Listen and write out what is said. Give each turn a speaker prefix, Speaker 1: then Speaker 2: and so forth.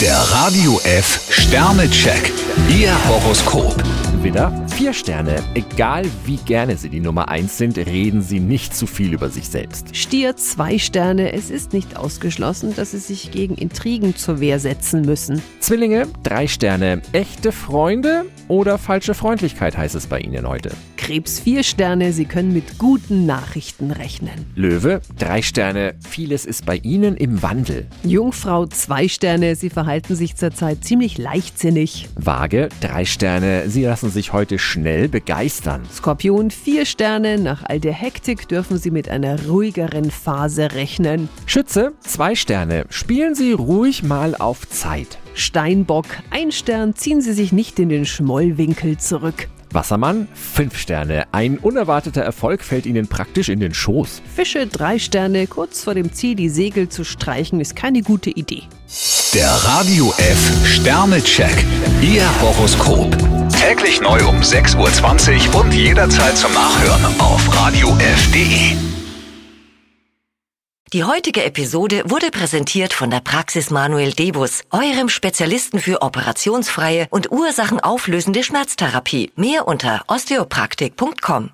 Speaker 1: Der Radio F Sternecheck. Ihr Horoskop.
Speaker 2: Widder, vier Sterne. Egal wie gerne Sie die Nummer eins sind, reden Sie nicht zu viel über sich selbst.
Speaker 3: Stier zwei Sterne. Es ist nicht ausgeschlossen, dass sie sich gegen Intrigen zur Wehr setzen müssen.
Speaker 2: Zwillinge, drei Sterne. Echte Freunde oder falsche Freundlichkeit heißt es bei Ihnen heute.
Speaker 3: Krebs vier Sterne. Sie können mit guten Nachrichten rechnen.
Speaker 2: Löwe, drei Sterne. Vieles ist bei Ihnen im Wandel.
Speaker 3: Jungfrau zwei Sterne. Sie verhalten sich zurzeit ziemlich leichtsinnig.
Speaker 2: Waage, drei Sterne. Sie lassen sich heute schnell begeistern.
Speaker 3: Skorpion vier Sterne. Nach all der Hektik dürfen sie mit einer ruhigeren Phase rechnen.
Speaker 2: Schütze, zwei Sterne. Spielen Sie ruhig mal auf Zeit.
Speaker 3: Steinbock ein Stern. Ziehen Sie sich nicht in den Schmollwinkel zurück.
Speaker 2: Wassermann, fünf Sterne. Ein unerwarteter Erfolg fällt Ihnen praktisch in den Schoß.
Speaker 3: Fische drei Sterne. Kurz vor dem Ziel die Segel zu streichen ist keine gute Idee.
Speaker 1: Der Radio F Sternecheck. Ihr Horoskop. Täglich neu um 6.20 Uhr und jederzeit zum Nachhören auf Radio E. radiof.de.
Speaker 4: Die heutige Episode wurde präsentiert von der Praxis Manuel Debus, eurem Spezialisten für operationsfreie und ursachenauflösende Schmerztherapie. Mehr unter osteopraktik.com.